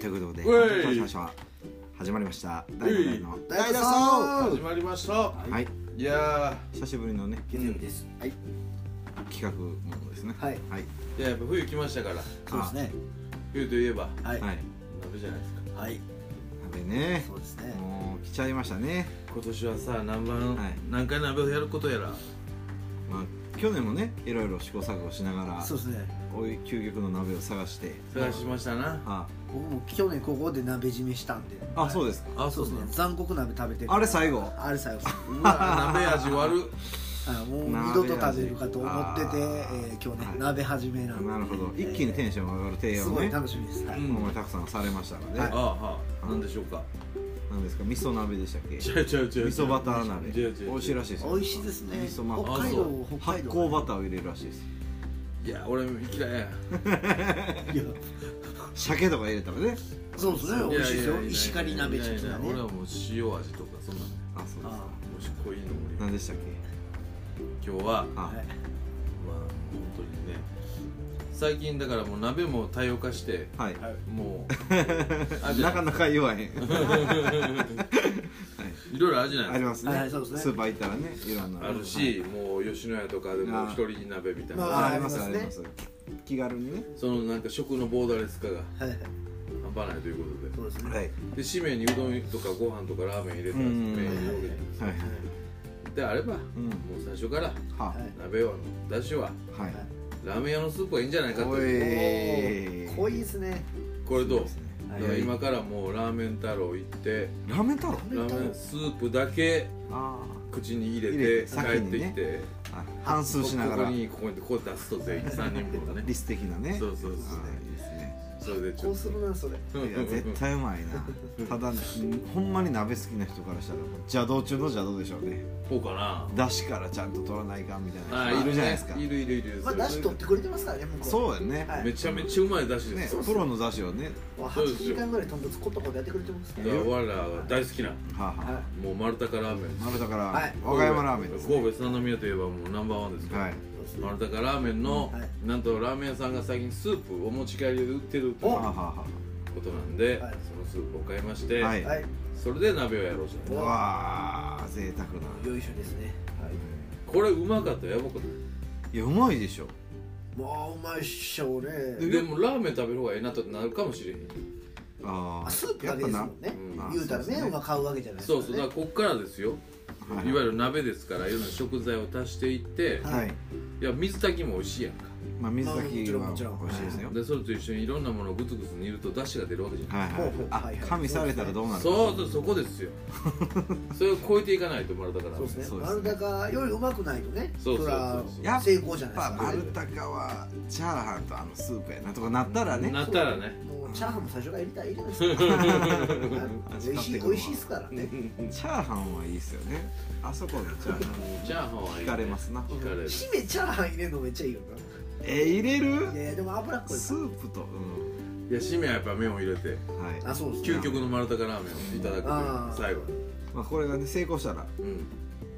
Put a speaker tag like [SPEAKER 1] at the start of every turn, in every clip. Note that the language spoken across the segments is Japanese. [SPEAKER 1] ということで
[SPEAKER 2] うえ
[SPEAKER 1] 始ま
[SPEAKER 2] い
[SPEAKER 1] りました始まりました第7回の大脱走
[SPEAKER 2] 始まりました
[SPEAKER 1] はい
[SPEAKER 2] いや
[SPEAKER 1] 久しぶりのね
[SPEAKER 3] 月曜日です。はい。
[SPEAKER 1] 企画ものですね
[SPEAKER 3] はい
[SPEAKER 1] はい
[SPEAKER 2] ーいややっぱ冬来ましたから
[SPEAKER 3] そうですね。
[SPEAKER 2] 冬といえば
[SPEAKER 3] はい。
[SPEAKER 1] はい
[SPEAKER 2] 鍋じゃないですか
[SPEAKER 3] はい。
[SPEAKER 1] 鍋ね
[SPEAKER 3] そうですね。
[SPEAKER 1] もう来ちゃいましたね
[SPEAKER 2] 今年はさ何番、
[SPEAKER 1] はい
[SPEAKER 2] 何回鍋をやることやら
[SPEAKER 1] まあ去年もねいろいろ試行錯誤しながら
[SPEAKER 3] そうですね。
[SPEAKER 1] おい究極の鍋を探して
[SPEAKER 2] 探しましたな
[SPEAKER 1] あ
[SPEAKER 3] 僕も去年ここで鍋締めしたんで。
[SPEAKER 1] あそうですか
[SPEAKER 2] あ
[SPEAKER 3] そうですね。残酷鍋食べてる。
[SPEAKER 1] あれ最後
[SPEAKER 3] あれ最後です。
[SPEAKER 2] うわ鍋味悪っ
[SPEAKER 3] はいもう
[SPEAKER 1] 鍋
[SPEAKER 3] 二
[SPEAKER 1] 味
[SPEAKER 3] 度と食べるかと思ってて、え
[SPEAKER 1] あー
[SPEAKER 3] ー今日
[SPEAKER 1] は
[SPEAKER 3] ね
[SPEAKER 1] い
[SPEAKER 3] 鍋始めなんで。
[SPEAKER 1] なるほど一気にテンションが上がる提
[SPEAKER 3] す
[SPEAKER 1] 案を
[SPEAKER 3] ごい
[SPEAKER 1] ね
[SPEAKER 3] 楽しみです。はい。
[SPEAKER 1] もうたくさんされましたので
[SPEAKER 3] は
[SPEAKER 2] ああはあ何でしょうか
[SPEAKER 1] 何ですか味噌鍋でしたっけ
[SPEAKER 2] 違う違う違う
[SPEAKER 1] 味噌バター鍋
[SPEAKER 2] 違う違う違う
[SPEAKER 1] 美味しいらしいですよ
[SPEAKER 3] 美味しいですね
[SPEAKER 1] 味噌ま
[SPEAKER 3] 北海
[SPEAKER 2] あ
[SPEAKER 3] 道北
[SPEAKER 1] 発
[SPEAKER 3] 海道
[SPEAKER 1] 酵バターを入れるらしいです
[SPEAKER 2] いや俺嫌いや
[SPEAKER 3] いや
[SPEAKER 1] 鮭とか入れたらね
[SPEAKER 3] そうですね
[SPEAKER 2] い
[SPEAKER 3] 美味
[SPEAKER 2] や
[SPEAKER 3] しいです
[SPEAKER 2] や
[SPEAKER 3] よ
[SPEAKER 2] や
[SPEAKER 3] 石狩鍋的
[SPEAKER 2] いや
[SPEAKER 3] ない
[SPEAKER 2] や俺は
[SPEAKER 3] ね
[SPEAKER 2] もう塩味とかそんなの
[SPEAKER 1] あそうです
[SPEAKER 3] あ
[SPEAKER 2] もし濃いのも
[SPEAKER 1] 何でしたっけ
[SPEAKER 2] 今日はまあ
[SPEAKER 1] あ、
[SPEAKER 3] ーはい
[SPEAKER 2] 本当にね最近だからもう鍋も多様化して
[SPEAKER 1] はい、
[SPEAKER 3] はい
[SPEAKER 2] もう
[SPEAKER 1] なかなか言わへん
[SPEAKER 2] いろいろあるじゃない
[SPEAKER 1] あり
[SPEAKER 2] ですか
[SPEAKER 1] ますね,、
[SPEAKER 3] はいそうですね
[SPEAKER 1] スーパー行ったらねいろんな
[SPEAKER 2] あるし、もう吉野家とかでも
[SPEAKER 1] あー
[SPEAKER 2] 一人鍋みたい
[SPEAKER 1] はい
[SPEAKER 2] な
[SPEAKER 1] あ
[SPEAKER 3] ま
[SPEAKER 1] あります
[SPEAKER 3] あ
[SPEAKER 1] あ
[SPEAKER 3] り
[SPEAKER 1] り
[SPEAKER 3] ま
[SPEAKER 1] ます気軽にね
[SPEAKER 2] そのなんか食のボーダレス化が
[SPEAKER 3] はいはい
[SPEAKER 2] 半端ないということで
[SPEAKER 3] そうですね
[SPEAKER 1] はい
[SPEAKER 2] で締めにうどんとかご飯とかラーメン入れたら
[SPEAKER 1] う
[SPEAKER 2] 麺
[SPEAKER 1] ん
[SPEAKER 2] に広げて
[SPEAKER 1] はいはい
[SPEAKER 2] であれば、
[SPEAKER 1] うん
[SPEAKER 2] もう最初から
[SPEAKER 1] は
[SPEAKER 3] はい
[SPEAKER 2] 鍋はだしは
[SPEAKER 1] はい、
[SPEAKER 3] はい
[SPEAKER 2] ラーメン屋のスープがいいんじゃないかと
[SPEAKER 1] お
[SPEAKER 2] いう
[SPEAKER 1] い
[SPEAKER 3] おー濃いですね
[SPEAKER 2] これどう
[SPEAKER 3] は
[SPEAKER 2] だ
[SPEAKER 3] い
[SPEAKER 2] から今からもうラーメン太郎行って
[SPEAKER 1] ラーメン太郎
[SPEAKER 3] ラ
[SPEAKER 2] ラ
[SPEAKER 3] ーメン太郎
[SPEAKER 2] ーメンスープだけ
[SPEAKER 1] あ
[SPEAKER 2] 口に入れ
[SPEAKER 1] 入れ
[SPEAKER 2] て
[SPEAKER 1] て
[SPEAKER 2] 帰
[SPEAKER 1] 先
[SPEAKER 2] って
[SPEAKER 1] に
[SPEAKER 2] き
[SPEAKER 1] ね
[SPEAKER 2] て
[SPEAKER 1] あ反数しなが
[SPEAKER 2] こ
[SPEAKER 1] ら
[SPEAKER 2] こにここにこう出すと全員3人分ね
[SPEAKER 1] リス的なね
[SPEAKER 2] そうそうそ
[SPEAKER 1] あー
[SPEAKER 2] う
[SPEAKER 1] いいですね
[SPEAKER 2] それでち
[SPEAKER 3] こ
[SPEAKER 2] ょ
[SPEAKER 3] う
[SPEAKER 2] っ
[SPEAKER 3] するなそれ
[SPEAKER 2] と
[SPEAKER 1] いや絶対うまい なただほんまに鍋好きな人からしたら邪道中の邪道でしょうね
[SPEAKER 2] こうかな
[SPEAKER 1] 出汁からちゃんと取らないかんみたいな
[SPEAKER 2] ー
[SPEAKER 1] 人いるじゃないですか
[SPEAKER 2] いるいるいる
[SPEAKER 3] まあ、だし取ってくれてますからね、向こう。
[SPEAKER 1] そうやね
[SPEAKER 3] はい
[SPEAKER 2] めちゃめちゃうまいだしで
[SPEAKER 1] ね
[SPEAKER 2] すよ
[SPEAKER 1] プロの出汁をね
[SPEAKER 3] もう8時間ぐらい、とんとつことことやってくれてますから
[SPEAKER 2] だ
[SPEAKER 3] ね。
[SPEAKER 2] から我らが大好きな
[SPEAKER 1] はあは
[SPEAKER 3] は
[SPEAKER 2] もう丸高ラーメン
[SPEAKER 1] あ丸だから
[SPEAKER 3] はい
[SPEAKER 1] 和歌山ラーメンですね
[SPEAKER 2] 神戸三宮といえばもうナンバーワンですから、
[SPEAKER 1] はい
[SPEAKER 3] い。そうですね
[SPEAKER 2] 丸高ラーメンの、
[SPEAKER 3] は
[SPEAKER 2] なんとラーメン屋さんが最近スープお持ち帰りで売ってるという
[SPEAKER 1] はあは
[SPEAKER 2] こ
[SPEAKER 1] あは
[SPEAKER 2] となんで、
[SPEAKER 3] はい
[SPEAKER 2] そのスープを買いまして、
[SPEAKER 1] はい
[SPEAKER 3] はい。
[SPEAKER 2] それで鍋をやろうじゃない
[SPEAKER 1] あわあ贅沢な
[SPEAKER 3] よいしょですね。はい。
[SPEAKER 2] これうまかったらやばかっ
[SPEAKER 1] いやうまいでしょ
[SPEAKER 3] まあ、うまいっしょう
[SPEAKER 2] た
[SPEAKER 3] ね。
[SPEAKER 2] でもラーメン食べる方がええなとなるかもしれへん
[SPEAKER 1] あ
[SPEAKER 3] あ
[SPEAKER 1] あ
[SPEAKER 3] スープだけですもんね
[SPEAKER 2] うん
[SPEAKER 1] あ。
[SPEAKER 3] 言うたら
[SPEAKER 1] そうですね
[SPEAKER 3] 麺は買うわけじゃないですか
[SPEAKER 2] そ
[SPEAKER 3] ら
[SPEAKER 2] う
[SPEAKER 3] ね。
[SPEAKER 2] そうだからこっからですよ、
[SPEAKER 1] はい
[SPEAKER 2] い、わゆる鍋ですからいろんな食材を足していって、
[SPEAKER 3] は
[SPEAKER 1] はい
[SPEAKER 2] いや水炊きも美味しいやんか
[SPEAKER 1] まあ水炊き
[SPEAKER 3] まあ
[SPEAKER 1] は
[SPEAKER 3] もちろんもちろん
[SPEAKER 1] 美味しいですよ
[SPEAKER 2] でそれと一緒にいろんなものをグツグツ煮ると出汁が出るわけじゃない、
[SPEAKER 1] はい
[SPEAKER 3] ほうほう
[SPEAKER 1] は
[SPEAKER 3] はいい
[SPEAKER 1] あ
[SPEAKER 3] はい
[SPEAKER 1] 加味されたらどうなる
[SPEAKER 2] そうそうそこです よそれを超えていかないとまだだから
[SPEAKER 3] そうです
[SPEAKER 1] そう
[SPEAKER 3] ね。
[SPEAKER 1] で
[SPEAKER 3] あ
[SPEAKER 1] すね
[SPEAKER 3] れだから、よりうまくないとね、
[SPEAKER 2] そうそうそう
[SPEAKER 3] そ
[SPEAKER 1] や
[SPEAKER 3] ら、
[SPEAKER 1] っ
[SPEAKER 3] 成功じゃないです
[SPEAKER 1] まあ
[SPEAKER 3] か。
[SPEAKER 1] 丸高はチャーハンとあのスープやなとかなったらね
[SPEAKER 2] なったらね
[SPEAKER 3] もうチャーハンも最初から入れたらいいじゃないですか。はい 美味しい、美味しいですからね。
[SPEAKER 1] チャーハンはいいですよねあそこのチャーハン
[SPEAKER 2] チャーハンはいい、ね、
[SPEAKER 1] 惹かれますな
[SPEAKER 2] 惹かれる
[SPEAKER 3] 締めチャーハン入れるのめっちゃいいよ
[SPEAKER 1] え入れる
[SPEAKER 3] な。いやいや、でも脂っこいか
[SPEAKER 1] スープとう
[SPEAKER 2] いや締めはやっぱ麺を入れて
[SPEAKER 1] んはい
[SPEAKER 3] ら。あ、そうですね
[SPEAKER 2] 究。極の丸高ラーメンをいただくと
[SPEAKER 3] あ
[SPEAKER 2] いう
[SPEAKER 3] ー
[SPEAKER 2] 最後に
[SPEAKER 1] まあこれがね成功したら
[SPEAKER 2] う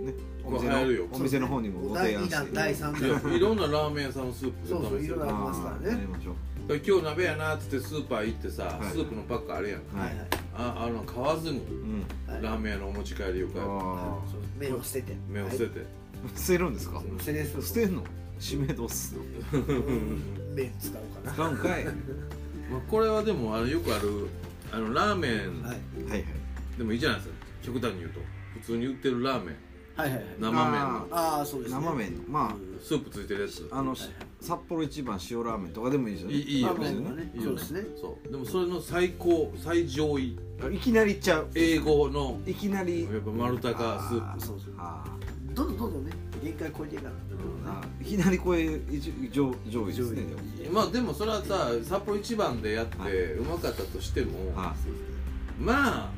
[SPEAKER 2] ん
[SPEAKER 1] ねお店
[SPEAKER 2] まあ流行るよ
[SPEAKER 1] のお店の方にもご提案して
[SPEAKER 3] 第2弾第3
[SPEAKER 2] い
[SPEAKER 3] 弾
[SPEAKER 2] やいろんなラーメン屋さんのスープ
[SPEAKER 3] そうそう
[SPEAKER 2] 試せ
[SPEAKER 3] いろ
[SPEAKER 2] る
[SPEAKER 3] い
[SPEAKER 2] だ
[SPEAKER 3] ろあ
[SPEAKER 2] か
[SPEAKER 3] りますからね
[SPEAKER 1] あーやりましょう
[SPEAKER 2] ら今日鍋やなっつってスーパー行ってさ、
[SPEAKER 1] はい
[SPEAKER 2] スープのパックあるやん
[SPEAKER 1] は
[SPEAKER 3] はいいはい
[SPEAKER 2] ああの川わずに
[SPEAKER 1] うん
[SPEAKER 3] はい
[SPEAKER 2] ラーメン屋のお持ち帰りを買う
[SPEAKER 1] あ
[SPEAKER 3] そう麺を捨てて
[SPEAKER 2] 麺を捨てて、
[SPEAKER 1] あ捨てるんですか
[SPEAKER 3] はい捨てです
[SPEAKER 1] 捨てんの締めどうすんの
[SPEAKER 3] うん麺使うかな
[SPEAKER 1] 使うんかいはい
[SPEAKER 2] まあ、これはでもあのよくあるあのラーメン、
[SPEAKER 3] はい
[SPEAKER 1] はい
[SPEAKER 2] でもいいじゃないですか極端に言うと普通に売ってるラーメン
[SPEAKER 3] はいはい
[SPEAKER 2] 生麺
[SPEAKER 1] あ
[SPEAKER 2] の
[SPEAKER 3] ああそうですね
[SPEAKER 1] 生麺のま
[SPEAKER 2] スープついてるやつ
[SPEAKER 1] ああのし札幌一番塩ラーメンとかでもいいですよ
[SPEAKER 2] い
[SPEAKER 1] ね
[SPEAKER 2] いいいよ
[SPEAKER 3] ラーメン
[SPEAKER 1] は
[SPEAKER 3] はね
[SPEAKER 2] いい
[SPEAKER 3] そ
[SPEAKER 2] よ
[SPEAKER 3] うですね
[SPEAKER 2] そうでもそれの最高最上位
[SPEAKER 1] あいきなりいっちゃう
[SPEAKER 2] 英語の
[SPEAKER 1] いきなり
[SPEAKER 2] やっぱ丸高スー
[SPEAKER 1] あ
[SPEAKER 2] プ
[SPEAKER 3] そうそう
[SPEAKER 1] あー
[SPEAKER 3] どんどんどんどんね限界超えていかない
[SPEAKER 1] あーいきなりこれ一上上位ですね
[SPEAKER 3] 上位
[SPEAKER 1] でも
[SPEAKER 2] まあでもそれはさ札幌一番でやって
[SPEAKER 1] はいう
[SPEAKER 2] まかったとしても
[SPEAKER 1] あ
[SPEAKER 2] まあ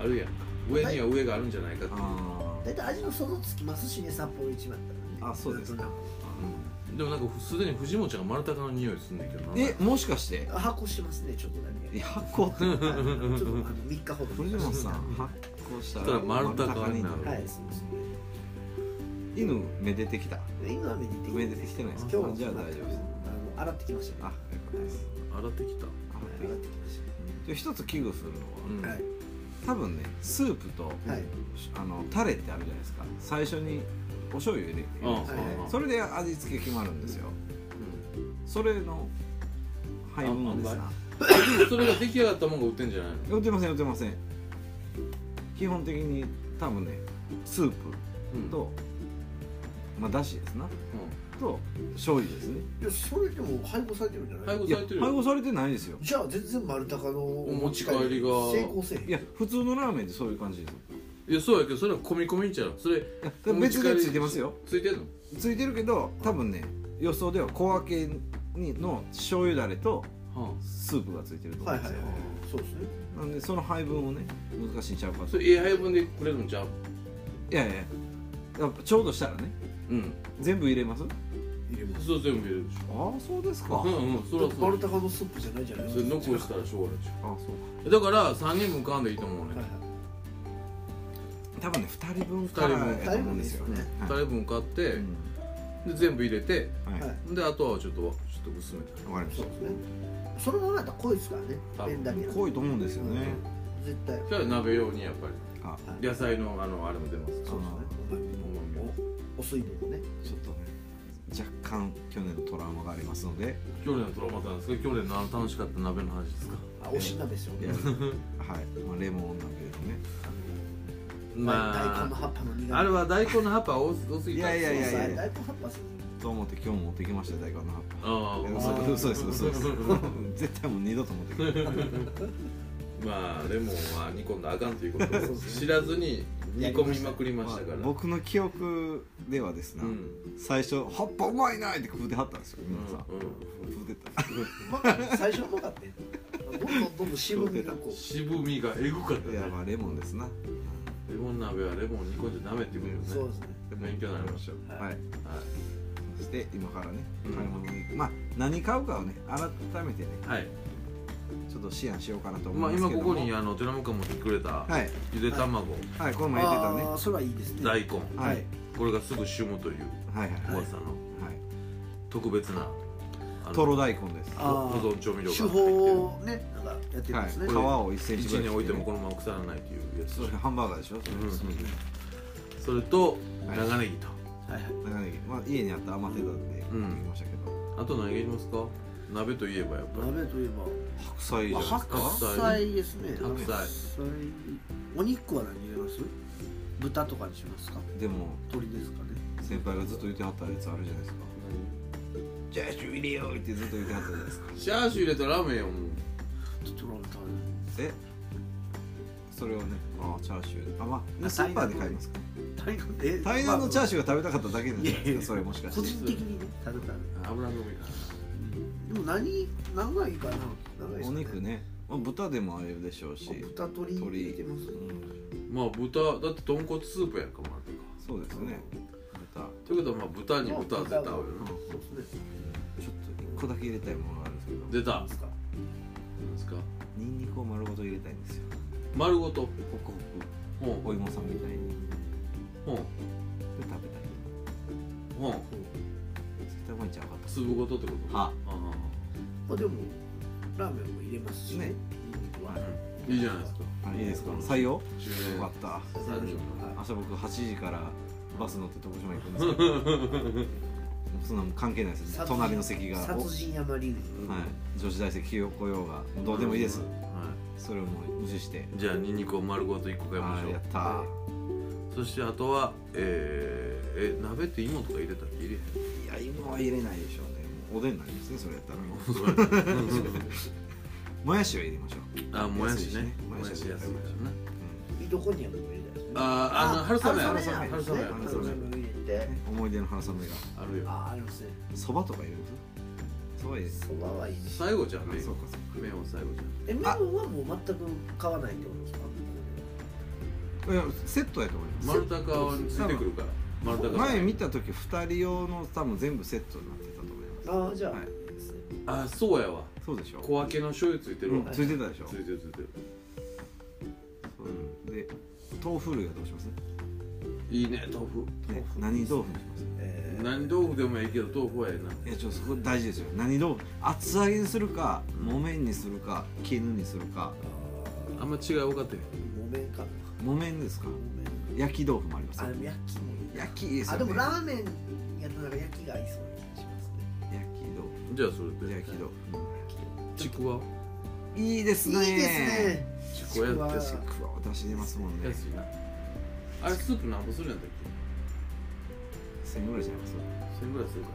[SPEAKER 2] あるやんか上には上があるんじゃないかって
[SPEAKER 1] あ
[SPEAKER 3] 大体味の想像つきますしね札幌一番だったらね
[SPEAKER 1] あそうですか
[SPEAKER 3] なんとな
[SPEAKER 2] でもなんかすでに藤本ちゃんが丸高の匂いすんねんけどな
[SPEAKER 1] ーえもしかして
[SPEAKER 3] く発酵してますねちょっとだけ
[SPEAKER 1] え発酵って
[SPEAKER 3] はいちょっとあの3日ほど
[SPEAKER 1] 藤本さん発行した
[SPEAKER 2] そした
[SPEAKER 1] ら
[SPEAKER 2] ら丸太川になる
[SPEAKER 3] はいそうですね
[SPEAKER 1] 犬目出てきた
[SPEAKER 3] 今は目に
[SPEAKER 1] 目
[SPEAKER 3] 出
[SPEAKER 1] 出
[SPEAKER 3] て
[SPEAKER 1] てきてないです
[SPEAKER 3] 今
[SPEAKER 1] か
[SPEAKER 3] 日は
[SPEAKER 1] じゃあ大丈夫です
[SPEAKER 3] あの洗ってきましたね
[SPEAKER 1] あよかったです
[SPEAKER 2] 洗ってきた
[SPEAKER 1] あ
[SPEAKER 3] 洗ってきました
[SPEAKER 1] で一つ危惧するのは、
[SPEAKER 2] うん
[SPEAKER 3] はい
[SPEAKER 1] 多分ねスープと
[SPEAKER 3] はい
[SPEAKER 1] あのタレってあるじゃないですか最初にお醤油入れて、
[SPEAKER 2] うん
[SPEAKER 3] は
[SPEAKER 1] それで味付け決まるんですよそれの配分をです
[SPEAKER 2] あ
[SPEAKER 1] な
[SPEAKER 2] うんそれが出来上がったもんが売ってんじゃないの
[SPEAKER 1] 寄ってません寄ってません基本的に多分ねスー
[SPEAKER 2] うん
[SPEAKER 1] プと、まあだしですなと醤油ですね
[SPEAKER 3] いやそれでも配合されてるんじゃ
[SPEAKER 2] うん
[SPEAKER 3] ない
[SPEAKER 2] 配合
[SPEAKER 1] いや
[SPEAKER 2] されてる
[SPEAKER 1] 配合されてないですよ
[SPEAKER 3] じゃあ全然丸高のお
[SPEAKER 2] 持ち帰りが
[SPEAKER 3] 成功せえへん
[SPEAKER 1] いや普通のラーメンってそういう感じですよ
[SPEAKER 2] いやそうやけどそれは込み込みんちゃうそ
[SPEAKER 1] い
[SPEAKER 2] れ
[SPEAKER 1] やでも別でついてますよ
[SPEAKER 2] ついてんの
[SPEAKER 1] ついてるけど多分ね予想では小分けにの醤油だれと
[SPEAKER 2] は
[SPEAKER 1] スープがついてると思
[SPEAKER 3] は
[SPEAKER 1] う
[SPEAKER 3] い
[SPEAKER 1] ん
[SPEAKER 3] はい
[SPEAKER 1] で
[SPEAKER 3] は
[SPEAKER 1] す
[SPEAKER 3] い
[SPEAKER 1] よ、
[SPEAKER 3] そうですね
[SPEAKER 1] なんでその配分をね難しいんちゃうか
[SPEAKER 2] あ
[SPEAKER 1] と
[SPEAKER 2] それええ配分でくれるんちゃう
[SPEAKER 1] いやいやいややっぱちょうどしたらね
[SPEAKER 2] うん
[SPEAKER 1] 全部入れますあ
[SPEAKER 3] 入れます
[SPEAKER 2] そう全部入れるでし
[SPEAKER 1] あそうですか
[SPEAKER 2] ょうんうんそれはそ
[SPEAKER 3] 丸
[SPEAKER 2] う
[SPEAKER 3] 高のスープじゃないじゃない
[SPEAKER 2] それ残したらしょうがないでし
[SPEAKER 1] あそう
[SPEAKER 2] ょだから3人分買わんでいいと思う
[SPEAKER 3] はいは
[SPEAKER 2] ね
[SPEAKER 1] 多分ね2人分からやと思うんですよね
[SPEAKER 2] 2
[SPEAKER 1] はい
[SPEAKER 2] 人分買って
[SPEAKER 1] う
[SPEAKER 2] で
[SPEAKER 1] ん
[SPEAKER 2] 全部入れて
[SPEAKER 1] はい
[SPEAKER 3] いはい
[SPEAKER 1] わ
[SPEAKER 2] であとはちょっとわちょっと薄めた
[SPEAKER 1] かりまし
[SPEAKER 3] そう
[SPEAKER 1] た
[SPEAKER 3] ですねそのままだったら濃いですからね
[SPEAKER 2] 多分
[SPEAKER 3] 麺だけ
[SPEAKER 1] 濃いと思うんですよね
[SPEAKER 3] 絶対
[SPEAKER 2] それは鍋用にやっぱり
[SPEAKER 1] あ
[SPEAKER 2] 野菜のあのあれも出ます
[SPEAKER 1] そうですね
[SPEAKER 3] うまいお水分もね
[SPEAKER 1] ちょっとね若干去年のトラウマがありますので
[SPEAKER 2] 去年のドラマなんですか去年のあの楽しかった鍋の話ですか
[SPEAKER 3] あおし鍋ですよ
[SPEAKER 1] い
[SPEAKER 3] ね
[SPEAKER 1] やはい、まあ、レモンなんだけどね
[SPEAKER 3] 大
[SPEAKER 2] ま
[SPEAKER 3] 根の葉っぱの苦
[SPEAKER 2] ああれは大根の葉っぱ多す多すぎた
[SPEAKER 1] いやいやいや
[SPEAKER 3] そうそう大根葉っぱですよね
[SPEAKER 1] と思って今日持ってきましたよ大根の葉っ
[SPEAKER 2] あ
[SPEAKER 1] ぱいや
[SPEAKER 2] あ
[SPEAKER 1] 嘘嘘です嘘です絶対もう二度と持ってくる
[SPEAKER 2] まあレモンは煮込んだらあかんということ
[SPEAKER 3] そう
[SPEAKER 2] で
[SPEAKER 3] ですすね
[SPEAKER 2] 知らずに煮込みまくりましたから、
[SPEAKER 1] まあ僕の記憶ではです
[SPEAKER 2] う
[SPEAKER 1] ね、
[SPEAKER 2] ん、
[SPEAKER 1] 最初「葉っぱうまいない!」って食うてはったんですよ
[SPEAKER 2] うん
[SPEAKER 1] 皆さん、食うてた
[SPEAKER 3] うまかった最初はうまかったよどんどんどんどん渋みがこ
[SPEAKER 2] うん
[SPEAKER 3] う
[SPEAKER 2] 渋みがえぐかった
[SPEAKER 1] い
[SPEAKER 2] ね
[SPEAKER 1] やまあレモンですな
[SPEAKER 2] レモン鍋はレモン煮込んじゃダメっていうこと
[SPEAKER 3] そう
[SPEAKER 2] ね
[SPEAKER 3] ですね
[SPEAKER 2] 勉強になりましたよ
[SPEAKER 1] はい、そして今からね
[SPEAKER 2] うん
[SPEAKER 1] 買い物に行く、まあ何買うかをね改めてね
[SPEAKER 2] はい、はい
[SPEAKER 1] ちょっと思案しようかなと思
[SPEAKER 2] まあ、
[SPEAKER 1] います
[SPEAKER 2] 今
[SPEAKER 1] け
[SPEAKER 2] こ
[SPEAKER 1] ど
[SPEAKER 2] こ
[SPEAKER 1] も、
[SPEAKER 2] にあの寺本君持ってきてくれた
[SPEAKER 1] はい
[SPEAKER 2] ゆで卵、
[SPEAKER 1] はいこの前言ってたね
[SPEAKER 3] ああそれはいいですね
[SPEAKER 2] 大根
[SPEAKER 1] はい
[SPEAKER 3] はい
[SPEAKER 2] これがすぐ旬むという
[SPEAKER 1] はいはいはい、
[SPEAKER 2] 噂の特別なあの
[SPEAKER 1] トロ大根ですは
[SPEAKER 3] あ
[SPEAKER 2] 保存調味料が
[SPEAKER 3] 手法をねなんかやってるんです
[SPEAKER 1] い
[SPEAKER 3] ね
[SPEAKER 1] 皮を1センチ
[SPEAKER 2] 一
[SPEAKER 1] ぐらい
[SPEAKER 2] 年置いても
[SPEAKER 1] 切
[SPEAKER 2] このまま腐らないというやつ
[SPEAKER 1] ってねハンバーガーでしょそれ、
[SPEAKER 2] うん
[SPEAKER 1] そうね
[SPEAKER 2] それと
[SPEAKER 1] はい
[SPEAKER 2] 長ネギと、
[SPEAKER 3] はいはい
[SPEAKER 1] 長ネギまあ家にあった余ってたんで買ってきましたけど、
[SPEAKER 2] あと何がいりますか鍋といえばやっぱ
[SPEAKER 3] 鍋といえば
[SPEAKER 1] 白菜じゃ
[SPEAKER 3] ま
[SPEAKER 1] な
[SPEAKER 3] あ
[SPEAKER 1] いですか
[SPEAKER 2] 白菜
[SPEAKER 3] 白菜ですね
[SPEAKER 2] 白菜
[SPEAKER 3] お肉は何入れます豚とかにしますか
[SPEAKER 1] でも
[SPEAKER 3] 鶏ですかね
[SPEAKER 1] 先輩がずっと言ってはったやつあるじゃないですかチャーシュー入れようってずっと言ってはったじゃないですか
[SPEAKER 2] りチャーシュー入れたらラーメンやもん
[SPEAKER 3] ちょっとロンタ
[SPEAKER 1] えそれをねああチャーシューあまあね
[SPEAKER 3] あ
[SPEAKER 1] スーパーで買いますか
[SPEAKER 3] ンタン
[SPEAKER 1] 台南のチャー
[SPEAKER 3] シ
[SPEAKER 1] シューが食べたかっただけなんじゃない
[SPEAKER 3] いやい
[SPEAKER 1] です
[SPEAKER 3] や
[SPEAKER 1] かそれもしか
[SPEAKER 3] 個
[SPEAKER 1] して
[SPEAKER 3] 人的にね食べたら
[SPEAKER 2] 油の上か
[SPEAKER 3] でも何何がいいかな何がいいです
[SPEAKER 1] お
[SPEAKER 3] かね
[SPEAKER 1] 肉ね、まあ、豚でもあれでしょうし、
[SPEAKER 3] 豚鶏入れてます
[SPEAKER 1] うん、
[SPEAKER 2] まあ豚だって豚骨スープやんかもあるか
[SPEAKER 1] そうですね豚
[SPEAKER 2] ということはまあ豚に豚は絶対合うよね
[SPEAKER 1] うん
[SPEAKER 3] そうですね
[SPEAKER 1] ちょっと一個だけ入れたいものがあるんですけど
[SPEAKER 2] 出た
[SPEAKER 3] ですか
[SPEAKER 2] なんですか
[SPEAKER 1] ニンニクを丸ごと入れたいんですよ
[SPEAKER 2] 丸ごと
[SPEAKER 1] ホクホ
[SPEAKER 2] ほ
[SPEAKER 1] クお
[SPEAKER 2] ん
[SPEAKER 1] 芋さんみたいにで
[SPEAKER 2] ほん
[SPEAKER 1] 食べたい
[SPEAKER 2] ほん
[SPEAKER 1] 絶対うまいんちゃうかった
[SPEAKER 2] 粒ごとってこと
[SPEAKER 1] は
[SPEAKER 2] あ
[SPEAKER 3] まあでもラーメンも入れますしね
[SPEAKER 1] ね
[SPEAKER 3] ニンニクは
[SPEAKER 2] あうんいいじゃないですか
[SPEAKER 1] あいいですか採用よ
[SPEAKER 2] 中
[SPEAKER 1] かった
[SPEAKER 2] 30分
[SPEAKER 1] 明日僕8時からバス乗って徳島行くんですけ ど
[SPEAKER 2] はい
[SPEAKER 1] そんなもん関係ないです
[SPEAKER 3] 殺人
[SPEAKER 1] 隣の席がお
[SPEAKER 3] 殺人山リーグ
[SPEAKER 1] はい、女子大生起用雇用がどうでもいいですそれをもう無視して
[SPEAKER 2] じゃあニンニクを丸ごと1個買いま
[SPEAKER 1] あ
[SPEAKER 2] しょ
[SPEAKER 1] ーやっ
[SPEAKER 2] う
[SPEAKER 1] たー
[SPEAKER 2] そしてあとはえーえ鍋って芋とか入れたっけ入れへん
[SPEAKER 1] いや芋は入れないでしょうねもうおでんになりますねそれやったらもやしを入れましょう、
[SPEAKER 2] あもやしねも
[SPEAKER 1] も
[SPEAKER 2] や
[SPEAKER 1] や
[SPEAKER 2] し安
[SPEAKER 1] し
[SPEAKER 2] い
[SPEAKER 1] ね
[SPEAKER 2] からね
[SPEAKER 3] いとこにはもう入れたいですね
[SPEAKER 2] あーあの春雨
[SPEAKER 3] 春雨
[SPEAKER 2] 春
[SPEAKER 1] 春
[SPEAKER 2] 雨
[SPEAKER 1] 雨
[SPEAKER 3] 春雨も入れて
[SPEAKER 1] うんね思い出の春雨が
[SPEAKER 2] あるよ
[SPEAKER 3] ああありますね
[SPEAKER 1] そばとか入れますそば入れ
[SPEAKER 3] そばはいいです
[SPEAKER 2] 最後じゃん
[SPEAKER 1] あ
[SPEAKER 2] 麺
[SPEAKER 1] そうかそう
[SPEAKER 2] 麺を最後じ
[SPEAKER 3] えメロンはもう全く買わないってことですか
[SPEAKER 1] かいやセットやと思い
[SPEAKER 2] ゃん丸高は出てくるから丸高
[SPEAKER 1] ます前見た時2人用の多分全部セットになってたと思います
[SPEAKER 3] ああじゃあ、
[SPEAKER 1] はい
[SPEAKER 3] いいですね
[SPEAKER 2] あそうやわ
[SPEAKER 1] そうでしょ
[SPEAKER 2] 小分けの醤油ついてるわ
[SPEAKER 1] うんついてたでしょ
[SPEAKER 2] ついてるついてる
[SPEAKER 1] そうで豆腐類はどうします
[SPEAKER 2] いいね豆腐
[SPEAKER 1] ね何豆腐にします
[SPEAKER 3] えー
[SPEAKER 2] 何豆腐でもいいけど豆腐はええない
[SPEAKER 1] やちょっとそこ大事ですよ何どう厚揚げにするか木綿にするか絹にするか
[SPEAKER 2] あんま違い分かってへん
[SPEAKER 3] 木綿か
[SPEAKER 1] 木綿ですか
[SPEAKER 3] 木綿
[SPEAKER 1] 焼き豆腐もあります
[SPEAKER 3] あ
[SPEAKER 1] よ
[SPEAKER 3] でも焼きもいいな
[SPEAKER 1] 焼きいいです
[SPEAKER 3] あ
[SPEAKER 1] よ、
[SPEAKER 3] で
[SPEAKER 1] ね、
[SPEAKER 3] もラーメンやったら焼きが合いそうな気がしますね
[SPEAKER 1] 焼き豆
[SPEAKER 2] じゃあそ
[SPEAKER 1] 腐
[SPEAKER 2] れで
[SPEAKER 1] 焼き豆腐
[SPEAKER 3] 焼き
[SPEAKER 2] ちくわ
[SPEAKER 1] いいですね
[SPEAKER 3] いいですね
[SPEAKER 2] ちくわやって
[SPEAKER 1] ちくわを出し入れますもんね
[SPEAKER 2] 安いなあれスープなんぼするんやったっ
[SPEAKER 1] 1000円ぐらいじゃないですか
[SPEAKER 2] け1000ぐらいするか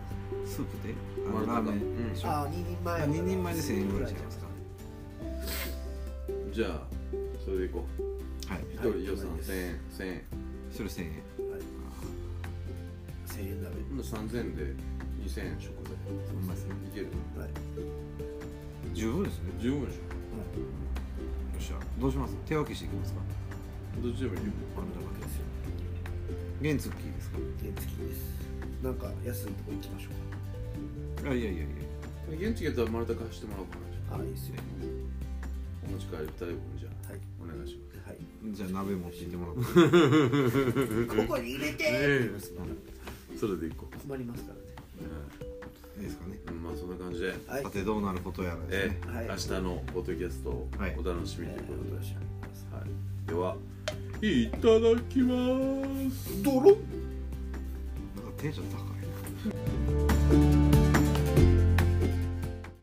[SPEAKER 1] スープであ
[SPEAKER 2] 丸
[SPEAKER 1] の
[SPEAKER 2] 高
[SPEAKER 1] ラーメン
[SPEAKER 2] うん
[SPEAKER 3] あ二人前やから
[SPEAKER 1] あ二人前で1000円ぐらいじゃないですか
[SPEAKER 2] じゃあそれでいこう
[SPEAKER 1] はい
[SPEAKER 2] 一
[SPEAKER 3] はい
[SPEAKER 2] 人予算1000円1000円
[SPEAKER 1] 一人1000円
[SPEAKER 3] はい千円鍋
[SPEAKER 2] ほんなら3000円で2000円食材
[SPEAKER 1] ほんまですね
[SPEAKER 2] いける
[SPEAKER 3] はい
[SPEAKER 1] 十分ですね
[SPEAKER 2] 十分でし
[SPEAKER 1] よっしゃどうします手分けしていきますか
[SPEAKER 2] ょどっちでもいいよ
[SPEAKER 1] あなた分けですよ原付きですか
[SPEAKER 3] 原付きですなんか安いとこ行きましょう
[SPEAKER 1] あいやいやいや
[SPEAKER 2] 現地行けたら丸高走ってもらおうかなじゃ
[SPEAKER 3] かあいいですよ
[SPEAKER 2] あお持ち帰り2人分じゃあ
[SPEAKER 3] はい
[SPEAKER 2] お願いし
[SPEAKER 3] はい
[SPEAKER 1] じゃあ鍋持っていってもらおうか
[SPEAKER 3] ここに入れて、
[SPEAKER 2] え
[SPEAKER 3] 困
[SPEAKER 2] ますそれでいこ
[SPEAKER 3] りますからね
[SPEAKER 2] う
[SPEAKER 1] いいですかね
[SPEAKER 2] うんまあそんな感じで
[SPEAKER 3] はい
[SPEAKER 1] さてどうなることやらです
[SPEAKER 2] え
[SPEAKER 1] ね、
[SPEAKER 3] はい
[SPEAKER 2] 明日のポッドキャストを
[SPEAKER 1] はい
[SPEAKER 2] お楽しみ
[SPEAKER 3] え
[SPEAKER 2] ということで、
[SPEAKER 3] ー
[SPEAKER 2] はい
[SPEAKER 3] 私
[SPEAKER 2] ではいただきます
[SPEAKER 3] ドロン
[SPEAKER 1] なんかテンション高いな